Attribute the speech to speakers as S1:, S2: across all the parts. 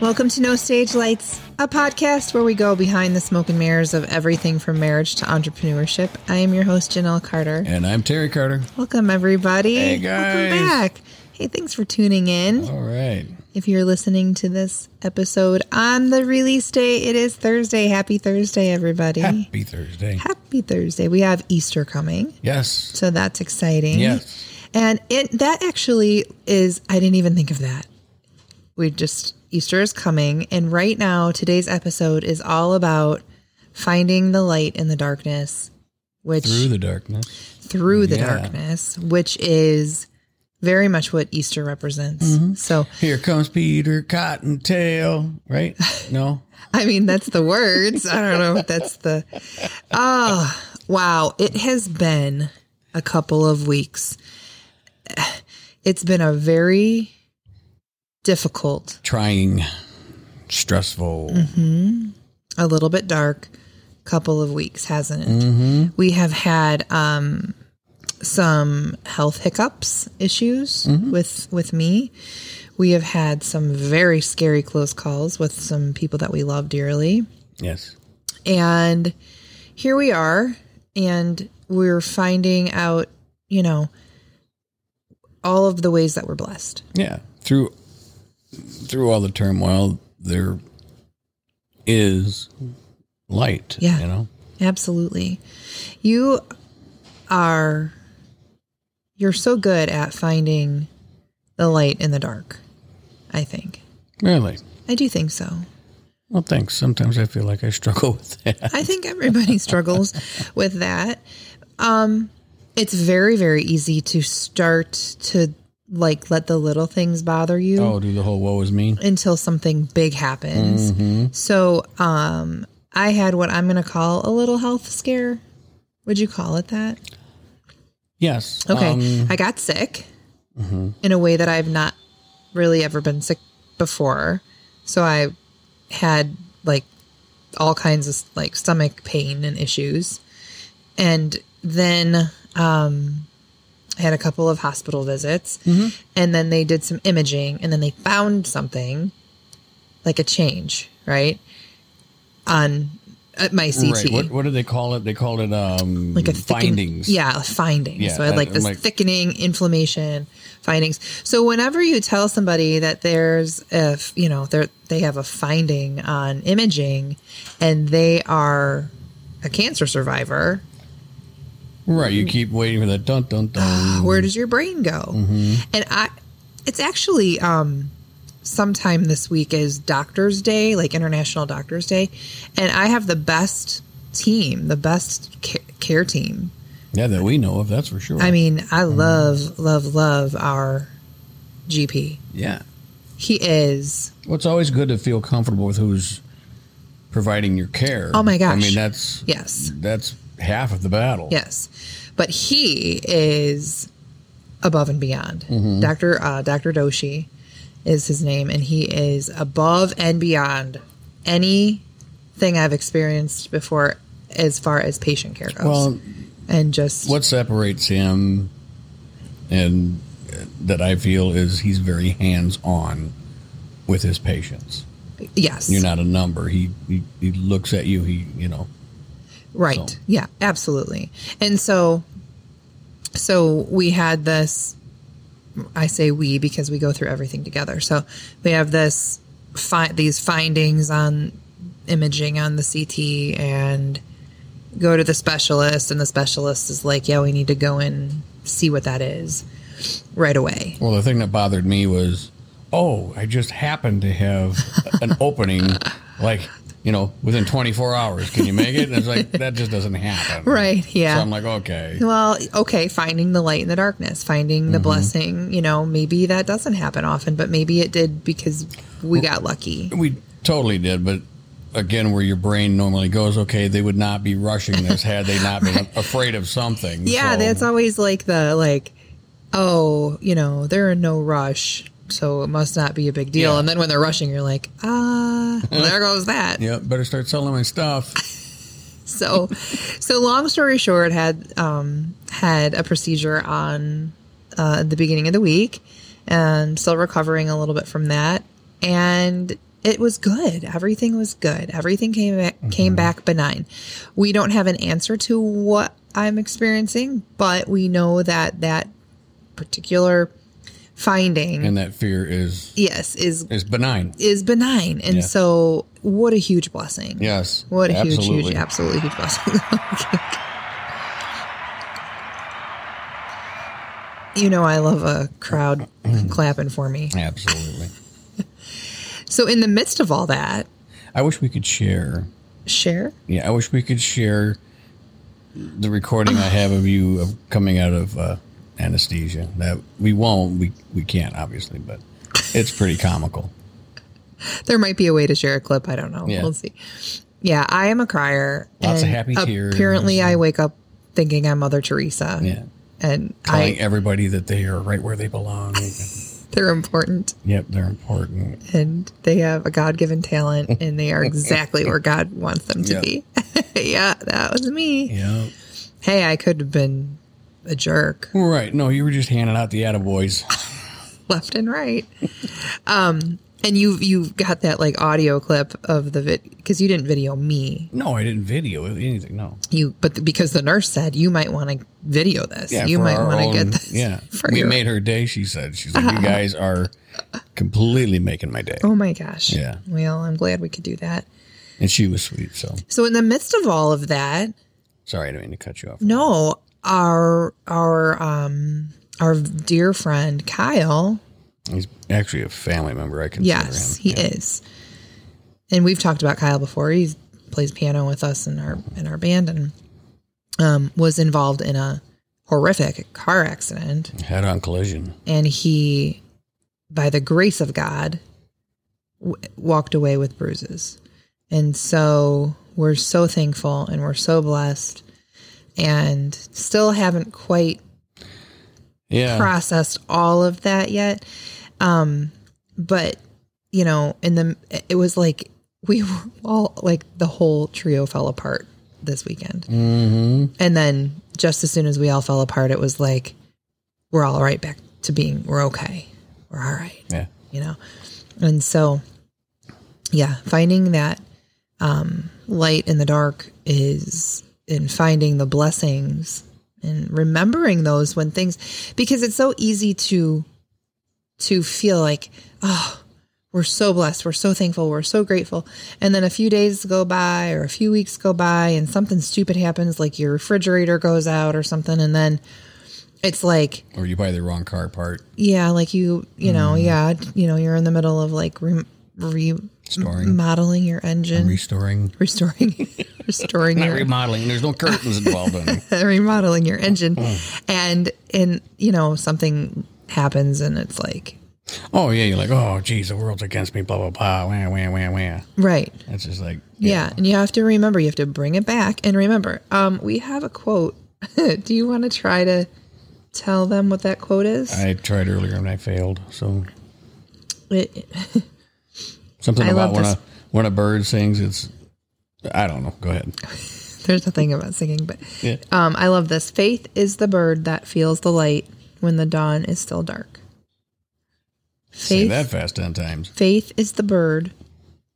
S1: Welcome to No Stage Lights, a podcast where we go behind the smoke and mirrors of everything from marriage to entrepreneurship. I am your host, Janelle Carter.
S2: And I'm Terry Carter.
S1: Welcome, everybody.
S2: Hey, guys.
S1: Welcome back. Hey, thanks for tuning in.
S2: All right.
S1: If you're listening to this episode on the release day, it is Thursday. Happy Thursday, everybody.
S2: Happy Thursday.
S1: Happy Thursday. We have Easter coming,
S2: Yes.
S1: so that's exciting.
S2: Yes.
S1: And it that actually is I didn't even think of that. We just Easter is coming and right now today's episode is all about finding the light in the darkness, which
S2: Through
S1: through
S2: the darkness.
S1: the,
S2: Yeah.
S1: darkness, which is very much what Easter represents.
S2: Mm-hmm.
S1: So,
S2: Here comes Peter Cottontail. Right? No.
S1: I mean, that's the words. I don't know if that's the Oh, wow. It has been a couple of weeks. It's been a very difficult
S2: Trying. Stressful.
S1: Mm-hmm. a little bit dark couple of weeks, hasn't it? We have had um, some health hiccups issues with with me. We have had some very scary close calls with some people that we love dearly,
S2: Yes.
S1: and here we are, and we're finding out, you know, all of the ways that we're blessed.
S2: Yeah. Through through all the turmoil there is light.
S1: Yeah.
S2: You know?
S1: Absolutely. You are you're so good at finding the light in the dark. I think.
S2: Really.
S1: I do think so.
S2: Well thanks. Sometimes I feel like I struggle with that.
S1: I think everybody struggles with that. Um it's very very easy to start to like let the little things bother you.
S2: Oh, do the whole woe is me?
S1: until something big happens. So, um, I had what I'm going to call a little health scare. Would you call it that?
S2: Yes.
S1: Okay.
S2: Um,
S1: I got sick in a way that I've not really ever been sick before. So I had like all kinds of like stomach pain and issues. And then um, I had a couple of hospital visits.
S2: Mm-hmm.
S1: And then they did some imaging and then they found something like a change, right? On at my CT
S2: Right. What, what do they call it? They call it um,
S1: E. like a thicken-
S2: findings.
S1: yeah, findings.
S2: Yeah,
S1: so I had, like
S2: that-
S1: this
S2: like-
S1: thickening inflammation findings. So whenever you tell somebody that there's if you know they they have a finding on imaging and they are a cancer survivor,
S2: Right. You keep waiting for that dun dun dun.
S1: where does your brain go?
S2: Mm-hmm.
S1: And I, it's actually um, sometime this week is Doctors Day, like International Doctors Day, and I have the best team, the best ca- care team
S2: yeah, that we know of. That's for sure.
S1: I mean, I love, love, love our GP.
S2: yeah.
S1: He is.
S2: Well, it's always good to feel comfortable with who's providing your care.
S1: Oh, my gosh.
S2: I mean, that's
S1: Yes.
S2: that's half of the battle.
S1: Yes. But he is above and beyond.
S2: Mm-hmm.
S1: Dr. Uh, Dr. Doshi is his name, and he is above and beyond anything I've experienced before as far as patient care goes.
S2: Well,
S1: and just,
S2: what separates him and uh, that I feel is he's very hands on with his patients.
S1: yes.
S2: You're not a number. He, he he looks at you. He you know
S1: Right.
S2: So-
S1: Yeah, absolutely. And so so we had this I say we because we go through everything together. So we have this fi- these findings on imaging on the CT and go to the specialist and the specialist is like, "Yeah, we need to go and see what that is right away."
S2: Well, the thing that bothered me was, oh, I just happened to have an opening, like you know, within 24 hours. Can you make it? And it's like that just doesn't happen,
S1: Right, yeah.
S2: So I'm like, okay,
S1: Well, okay, finding the light in the darkness, finding the blessing, you know, maybe that doesn't happen often, but maybe it did because we got lucky.
S2: we totally did, but again, where your brain normally goes, okay, they would not be rushing this had they not been afraid of something.
S1: Yeah,
S2: So-
S1: that's always like the like, oh, you know, they're in no rush, so it must not be a big deal.
S2: Yeah.
S1: And then when they're rushing, you're like, ah, well, there goes that.
S2: yeah. Better start selling my stuff.
S1: So, so long story short, had um, had a procedure on uh, at the beginning of the week, and still recovering a little bit from that. And it was good. Everything was good. Everything came back, came
S2: Mm-hmm.
S1: back benign. We don't have an answer to what I'm experiencing, but we know that that particular finding
S2: and that fear is
S1: yes is
S2: is benign.
S1: is benign. And
S2: Yeah.
S1: so what a huge blessing.
S2: Yes.
S1: What a
S2: absolutely.
S1: huge huge absolutely huge blessing. you know I love a crowd clapping for me.
S2: Absolutely.
S1: So in the midst of all that,
S2: I wish we could share.
S1: share
S2: Yeah, I wish we could share the recording I have of you of coming out of uh, anesthesia. That we won't. We we can't obviously, but it's pretty comical.
S1: there might be a way to share a clip. I don't know.
S2: Yeah.
S1: We'll see. Yeah, I am a crier.
S2: Lots of
S1: and
S2: happy tears.
S1: Apparently, I wake up thinking I'm Mother Teresa.
S2: Yeah.
S1: And
S2: Telling
S1: I,
S2: everybody that they are right where they belong.
S1: they're important
S2: yep, they're important.
S1: and they have a God given talent and they are exactly where God wants them to
S2: Yeah.
S1: be. yeah, that was me.
S2: Yeah.
S1: Hey, I could have been a jerk
S2: Right. No, you were just handing out the attaboys.
S1: left and right. um, and you you got that like audio clip of the vid because you didn't video me.
S2: No, I didn't video anything. No.
S1: you but th- because the nurse said you might want to video this you
S2: for
S1: might
S2: our
S1: want to
S2: own-
S1: get this
S2: Yeah.
S1: for
S2: we
S1: your-
S2: made her day, she said. She's like, you guys are completely making my day.
S1: oh my gosh
S2: Yeah.
S1: well i'm glad we could do that
S2: And she was sweet. So
S1: so in the midst of all of that
S2: sorry, I didn't mean to cut you off.
S1: no our our um our dear friend kyle
S2: He's actually a family member. I consider
S1: yes
S2: him.
S1: he is and we've talked about kyle before he plays piano with us in our in our band and um was involved in a horrific car accident
S2: Head on collision.
S1: and he by the grace of god w- walked away with bruises and so we're so thankful and we're so blessed and still haven't quite
S2: Yeah.
S1: processed all of that yet um but you know in the it was like we were all like the whole trio fell apart this weekend
S2: hmm
S1: and then just as soon as we all fell apart, it was like, we're all right back to being, we're okay. We're all right,
S2: Yeah.
S1: you know? And so, yeah, finding that um, light in the dark is in finding the blessings and remembering those when things, because it's so easy to, to feel like, oh, we're so blessed. We're so thankful. We're so grateful. And then a few days go by or a few weeks go by and something stupid happens, like your refrigerator goes out or something. And then it's like,
S2: Or you buy the wrong car part.
S1: yeah, like you, you know,
S2: Mm-hmm.
S1: yeah, you know, you're in the middle of like re-
S2: Storing.
S1: remodeling your engine,
S2: Restoring.
S1: restoring, restoring
S2: Not
S1: your
S2: remodeling. There's no curtains involved in it.
S1: remodeling your engine.
S2: Oh.
S1: And, and, you know, something happens and it's like,
S2: Oh, yeah. You're like, oh, geez, the world's against me, blah, blah, blah, wah, wah, wah, wah.
S1: right.
S2: It's just like,
S1: Yeah. and you have to remember, you have to bring it back and remember. Um, we have a quote. Do you want to try to tell them what that quote is?
S2: I tried earlier and I failed. So
S1: It-
S2: something
S1: I love
S2: about when
S1: this.
S2: a when a bird sings, it's I don't know. Go ahead.
S1: there's nothing about singing, but
S2: Yeah.
S1: um, I love this. Faith is the bird that feels the light when the dawn is still dark. Faith,
S2: Say that fast ten times.
S1: faith is the bird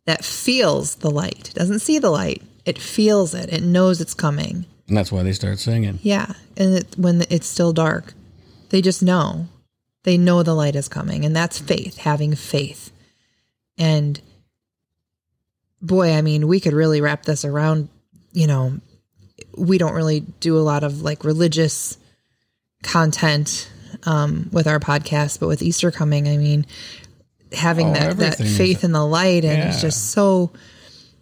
S1: that feels the light. Doesn't see the light. It feels it. It knows it's coming.
S2: And that's why they start singing.
S1: Yeah, and it, when it's still dark, they just know. They know the light is coming, and that's faith, having faith. And boy, I mean, we could really wrap this around, you know, we don't really do a lot of like religious content um, with our podcast, but with Easter coming, I mean, having
S2: Oh,
S1: that, that
S2: everything is-
S1: faith in the light and it's
S2: Yeah.
S1: just so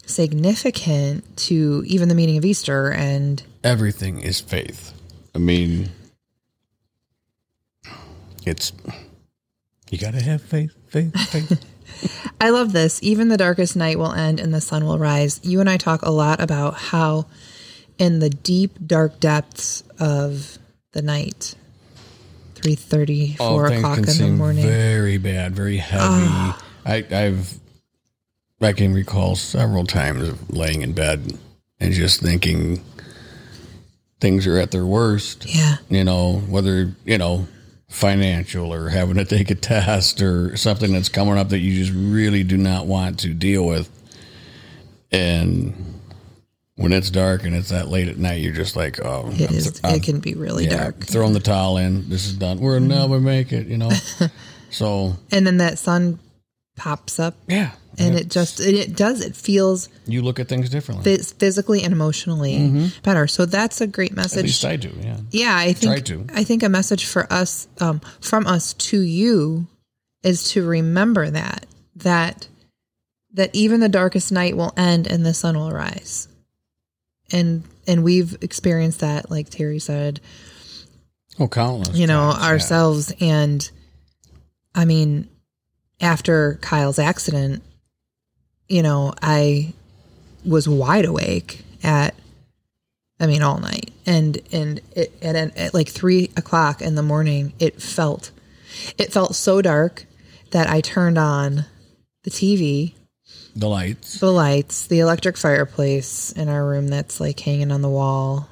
S1: significant to even the meaning of Easter and
S2: Everything is faith. I mean, it's you got to have faith, faith, faith.
S1: I love this. Even the darkest night will end and the sun will rise. You and I talk a lot about how, in the deep, dark depths of the night, three thirty,
S2: All
S1: four o'clock in the morning.
S2: Oh,
S1: Ah.
S2: very bad, very heavy. I, I've I can recall several times of laying in bed and just thinking things are at their worst.
S1: yeah,
S2: you know, whether, you know, financial or having to take a test or something that's coming up that you just really do not want to deal with. And when it's dark and it's that late at night, you're just like, oh,
S1: It
S2: I'm
S1: is.
S2: th- I'm
S1: it can be really
S2: yeah,
S1: dark. Mm-hmm.
S2: Throwing the towel in. This is done. We'll never make it, you know? so,
S1: And then that sun pops up
S2: yeah.
S1: and it just it, it does it feels
S2: You look at things differently.
S1: phys- physically and emotionally better. So that's a great
S2: Mm-hmm. at
S1: message.
S2: least I do, yeah.
S1: yeah, I
S2: try
S1: think
S2: to.
S1: I think a message for us um, from us to you is to remember that that that even the darkest night will end and the sun will rise. And and we've experienced that like Terry said
S2: Oh, countless.
S1: you know
S2: times, yeah.
S1: ourselves and i mean after kyle's accident you know i was wide awake at i mean all night and and it, at, an- at like three o'clock in the morning it felt it felt so dark that i turned on the tv
S2: The lights.
S1: the lights, the electric fireplace in our room that's like hanging on the wall.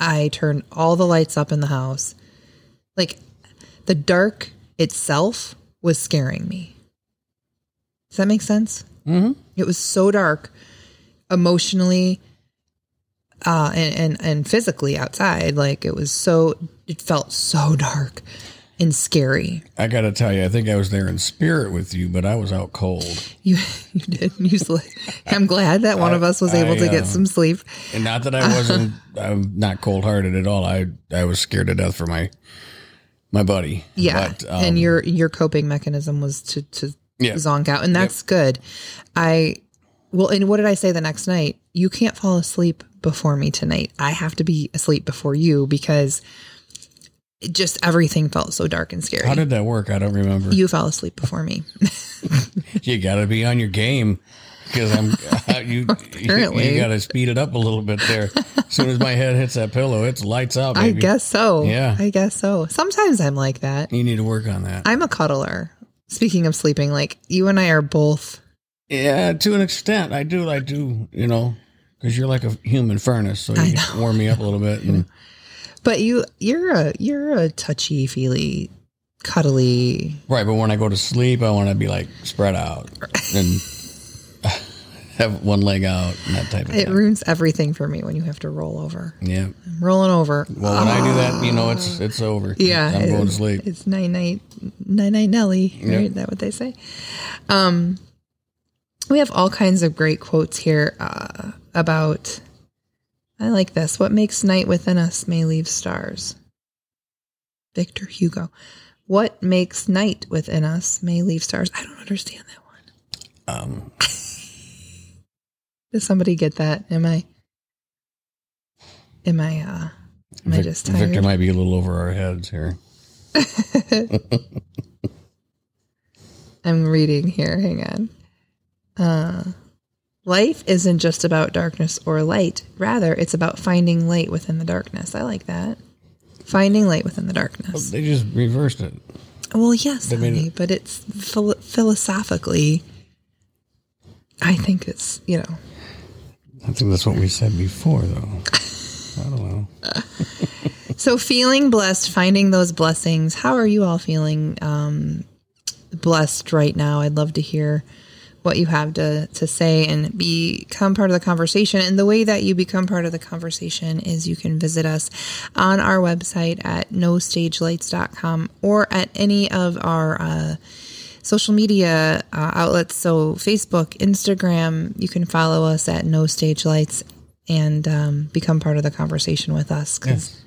S1: I turned all the lights up in the house. Like the dark itself was scaring me. Does that make sense?
S2: Mm-hmm.
S1: It was so dark emotionally uh, and, and, and physically outside. Like it was so, it felt so dark and scary.
S2: I got to tell you, I think I was there in spirit with you, but I was out cold.
S1: You, you did. You, sli- I'm glad that one of us was
S2: I-
S1: able to
S2: I,
S1: get
S2: uh,
S1: some sleep.
S2: And not that I wasn't, I'm not cold hearted at all. I I was scared to death for my my buddy.
S1: Yeah,
S2: But, um,
S1: and your your coping mechanism was to to
S2: Yeah.
S1: zonk out, and that's good. I well, and what did I say the next night? You can't fall asleep before me tonight. I have to be asleep before you because it just everything felt so dark and scary.
S2: How did that work? I don't remember. You,
S1: you fell asleep before me.
S2: got to be on your game because I'm uh, you.
S1: Apparently.
S2: You got to speed it up a little bit there. As soon as my head hits that pillow, it's lights out.
S1: I
S2: Baby.
S1: guess so.
S2: Yeah.
S1: I guess so. Sometimes I'm like that.
S2: you need to work on that.
S1: I'm a cuddler. Speaking of sleeping, like you and I are both.
S2: Yeah, to an extent, I do. I do. You know, because you're like a human furnace, so you warm me up a little bit. And
S1: But you, you're a you're a touchy feely, cuddly
S2: Right, but when I go to sleep, I want to be like spread out and have one leg out and that type of
S1: It
S2: thing.
S1: ruins everything for me when you have to roll over.
S2: yeah.
S1: I'm rolling over.
S2: Well, when I do that, you know, it's it's over.
S1: oh. yeah,
S2: I'm going to
S1: it's-
S2: sleep.
S1: It's night night night night Nelly.
S2: Yeah.
S1: Right? Is that what they say? Um, we have all kinds of great quotes here uh, about. I like this. What makes night within us may leave stars. Victor Hugo. What makes night within us may leave stars. I don't understand that one.
S2: Um,
S1: Does somebody get that? Am I? Am I? Uh, am I
S2: Vic-
S1: just tired?
S2: Victor might be a little over our heads here.
S1: I'm reading here. Hang on. Uh, life isn't just about darkness or light. Rather, it's about finding light within the darkness. I like that. Finding light within the darkness.
S2: They just reversed it.
S1: Well, yes,
S2: They made
S1: honey, but it's phil- philosophically. I think it's you know
S2: I think that's what we said before, though. I don't know.
S1: So feeling blessed, finding those blessings. How are you all feeling um, blessed right now? I'd love to hear what you have to, to say and become part of the conversation. And the way that you become part of the conversation is you can visit us on our website at nostagelights.com or at any of our uh, social media uh, outlets. So Facebook, Instagram, you can follow us at No Stage Lights and um, become part of the conversation with us because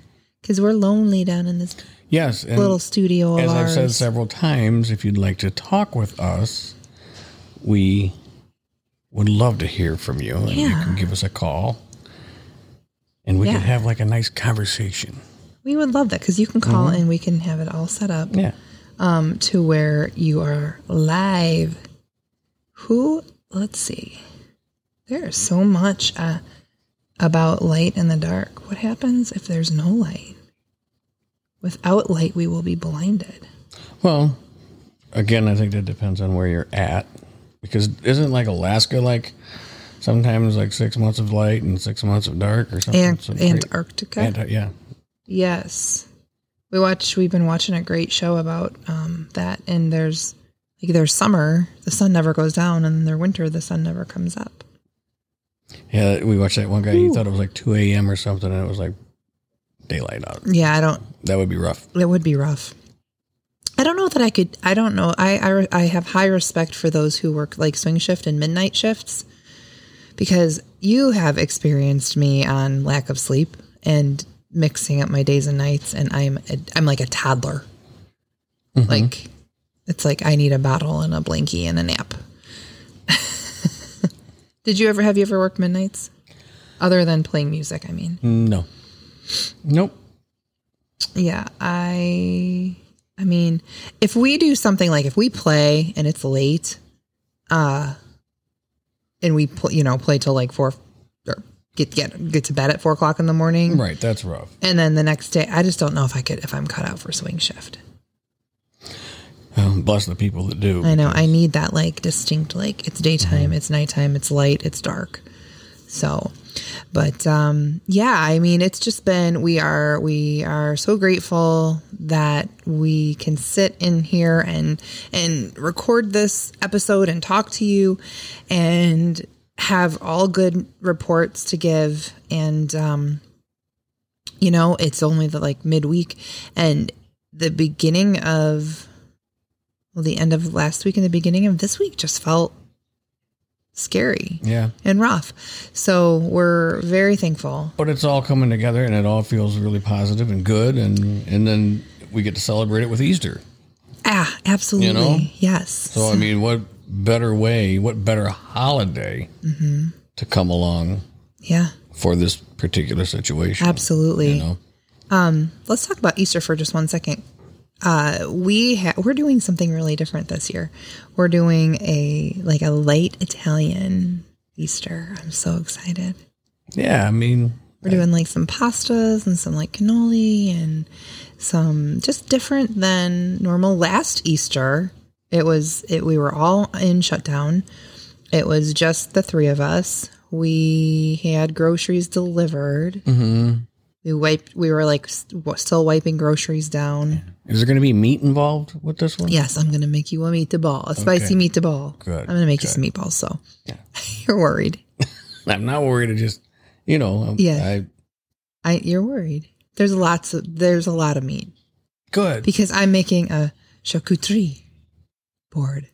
S1: we're lonely down in this
S2: Yes. And
S1: little studio of
S2: as I've
S1: ours.
S2: said several times, if you'd like to talk with us, we would love to hear from you. And you
S1: Yeah.
S2: can give us a call. And we
S1: Yeah.
S2: could have like a nice conversation.
S1: we would love that because you can call
S2: Mm-hmm.
S1: and we can have it all set up
S2: Yeah.
S1: um, to where you are live. Who? Let's see. There's so much uh, about light in the dark. What happens if there's no light? Without light, we will be blinded.
S2: Well, again, I think that depends on where you're at. Because isn't like Alaska like sometimes like six months of light and six months of dark or something?
S1: And
S2: Some cra-
S1: Antarctica.
S2: Ant- yeah.
S1: yes. we watch we've been watching a great show about um, that and there's like there's summer the sun never goes down and their winter the sun never comes up
S2: Yeah, we watched that one guy. He thought it was like 2 a.m. or something, and it was like daylight out.
S1: yeah i don't
S2: That would be rough.
S1: it would be rough i don't know that i could i don't know i i, I have high respect for those who work like swing shift and midnight shifts because you have experienced me on lack of sleep and mixing up my days and nights and i'm a, i'm like a toddler like it's like i need a bottle and a blankie and a nap did you ever have you ever worked midnights other than playing music i mean
S2: No. Nope.
S1: yeah, I I mean, if we do something like if we play and it's late, uh and we pl- you know, play till like four or get get get to bed at four o'clock in the morning.
S2: Right. That's rough.
S1: And then the next day I just don't know if I could if I'm cut out for swing shift.
S2: Um, bless the people that do.
S1: I know I need that like distinct like it's daytime, it's nighttime, it's light, it's dark. So, but um yeah, I mean it's just been we are we are so grateful that we can sit in here and and record this episode and talk to you and have all good reports to give and um you know it's only the like midweek and the beginning of well the end of last week and the beginning of this week just felt scary
S2: Yeah.
S1: and rough so we're very thankful
S2: But it's all coming together, and it all feels really positive and good, and and then we get to celebrate it with Easter.
S1: ah absolutely
S2: know?
S1: yes
S2: So I mean, what better way? What better holiday
S1: Mm-hmm.
S2: to come along
S1: yeah
S2: for this particular situation?
S1: absolutely
S2: You know?
S1: let's talk about Easter for just one second. Uh, we ha- we're doing something really different this year. We're doing a like a light Italian Easter. I'm so excited.
S2: Yeah. I mean,
S1: We're doing like some pastas and some like cannoli and some just different than normal. Last Easter, it was it we were all in shutdown. It was just the three of us. We had groceries delivered.
S2: Mm-hmm.
S1: We wiped. We were like st- still wiping groceries down.
S2: is there going to be meat involved with this one?
S1: Yes, I'm gonna make you a meatball, a spicy meatball.
S2: Good,
S1: I'm gonna make you some meatballs. So you're worried.
S2: I'm not worried. I just, you know, I'm-
S1: Yeah.
S2: I
S1: I you're worried. There's lots of there's a lot of meat.
S2: good.
S1: because I'm making a charcuterie board.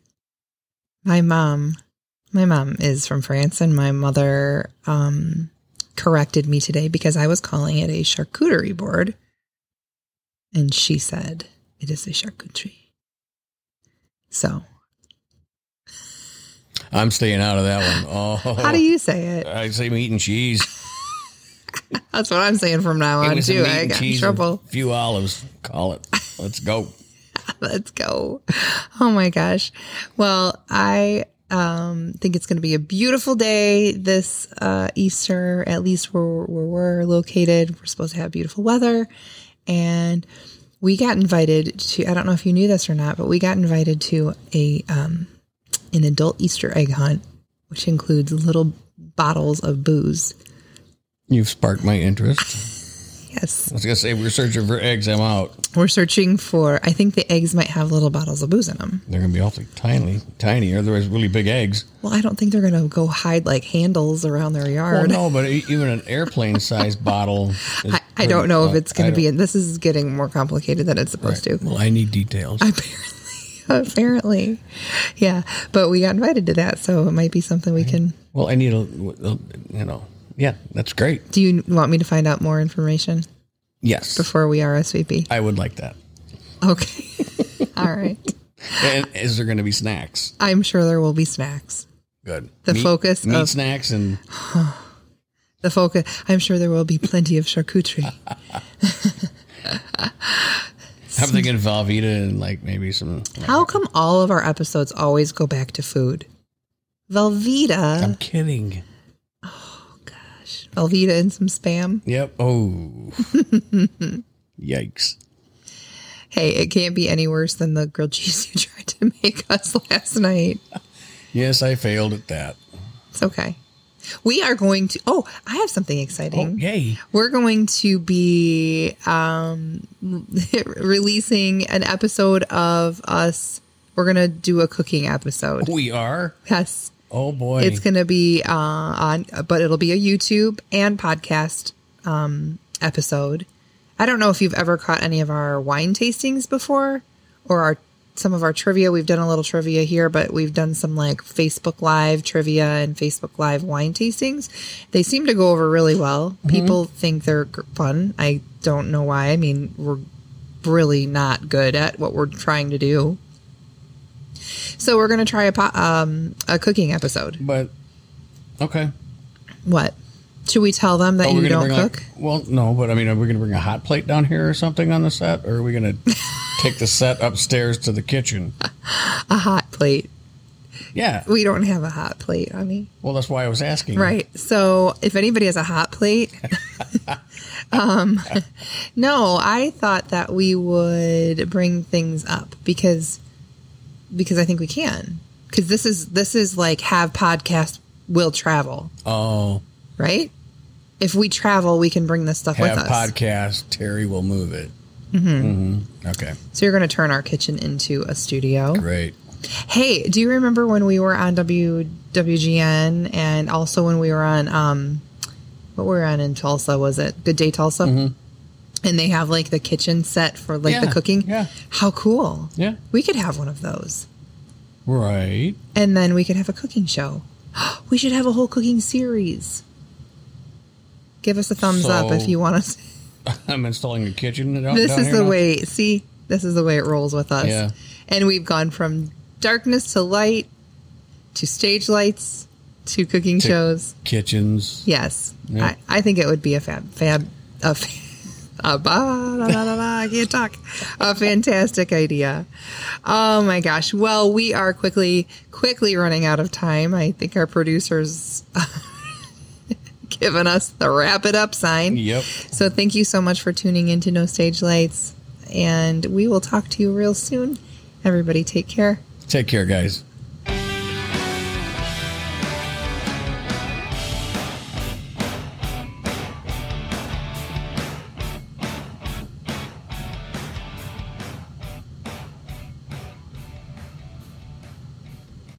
S1: My mom, my mom is from France, and my mother um, corrected me today because I was calling it a charcuterie board, and she said it is a charcuterie. So,
S2: I'm staying out of that one. Oh,
S1: how do you say it?
S2: I say meat and cheese.
S1: That's what I'm saying from now
S2: Give
S1: on
S2: me some
S1: too.
S2: meat
S1: I
S2: and
S1: got in
S2: cheese and
S1: trouble.
S2: A few olives. Call it. Let's go.
S1: Let's go. Oh my gosh. Well, I um, think it's going to be a beautiful day this uh, Easter, at least where, where we're located. We're supposed to have beautiful weather. And we got invited to, I don't know if you knew this or not, but we got invited to a um, an adult Easter egg hunt, which includes little bottles of booze.
S2: You've sparked my interest.
S1: Yes.
S2: I was gonna say we're searching for eggs. I'm out.
S1: We're searching for, I think the eggs might have little bottles of booze in them.
S2: They're gonna be awfully tiny, tiny. Otherwise, really big eggs.
S1: Well, I don't think they're going to go hide like handles around their
S2: Well,
S1: yard.
S2: no, but e- even an airplane-sized bottle. Is
S1: I, I don't know if it's going to be. This is getting more complicated than it's supposed to.
S2: Well, I need details.
S1: Apparently, apparently, yeah. But we got invited to that, so it might be something we can.
S2: Well, I need a, a- you know, yeah, that's great.
S1: Do you want me to find out more information
S2: Yes,
S1: before we RSVP?
S2: I would like that.
S1: Okay. All right.
S2: And is there going to be snacks?
S1: I'm sure there will be snacks.
S2: Good.
S1: The focus
S2: meat
S1: of-
S2: snacks and
S1: The focus. I'm sure there will be plenty of charcuterie.
S2: I'm thinking Velveeta and like maybe some.
S1: How come all of our episodes always go back to food? Velveeta.
S2: I'm kidding.
S1: Velveeta and some spam.
S2: Yep. Oh. Yikes.
S1: Hey, it can't be any worse than the grilled cheese you tried to make us last night.
S2: Yes, I failed at that.
S1: It's okay. We are going to. Oh, I have something exciting.
S2: Oh, yay.
S1: We're going to be um, releasing an episode of us. We're gonna do a cooking episode.
S2: We are.
S1: Yes,
S2: Oh boy.
S1: it's gonna be uh, on, but it'll be a YouTube and podcast um, episode. I don't know if you've ever caught any of our wine tastings before, or our some of our trivia. We've done a little trivia here, but we've done some like Facebook Live trivia and Facebook Live wine tastings. They seem to go over really well. People think they're g- fun. I don't know why. I mean, we're really not good at what we're trying to do. So we're gonna try a po- um, a cooking episode.
S2: but okay.
S1: What? Should we tell them that
S2: Oh,
S1: you don't
S2: bring like-
S1: cook?
S2: well, no, but I mean, are we going to bring a hot plate down here or something on the set, or are we going to take the set upstairs to the kitchen?
S1: a hot plate.
S2: Yeah.
S1: We don't have a hot plate, honey.
S2: Well, that's why I was asking.
S1: Right. So if anybody has a hot plate, um, no, I thought that we would bring things up because because I think we can because this is this is like have podcast will travel
S2: Oh,
S1: right. If we travel, we can bring this stuff
S2: have
S1: with us.
S2: podcast. Terry will move it. Mm-hmm. Okay.
S1: so you're going to turn our kitchen into a studio.
S2: Great.
S1: Hey, do you remember when we were on WWGN and also when we were on um what were we on in Tulsa was it Good Day Tulsa? And they have like the kitchen set for like the
S2: Mm-hmm. Yeah,
S1: cooking.
S2: yeah.
S1: How cool.
S2: Yeah.
S1: We could have one of those.
S2: Right.
S1: And then we could have a cooking show. we should have a whole cooking series. Give us a thumbs up if
S2: So-
S1: you want us.
S2: I'm installing a kitchen. Down,
S1: This
S2: down
S1: is
S2: here
S1: the
S2: now?
S1: way. See, this is the way it rolls with us.
S2: Yeah.
S1: And we've gone from darkness to light to stage lights to cooking
S2: To-
S1: shows.
S2: Kitchens.
S1: Yes,
S2: Yeah.
S1: I, I think it would be a fab fab a. fa- a ba- da- da- da- da, I can't talk. A fantastic idea. Oh my gosh. Well, we are quickly, quickly running out of time. I think our producers giving us the wrap it up sign.
S2: Yep.
S1: So thank you so much for tuning in to No Stage Lights, and we will talk to you real soon. Everybody, take care.
S2: Take care, guys.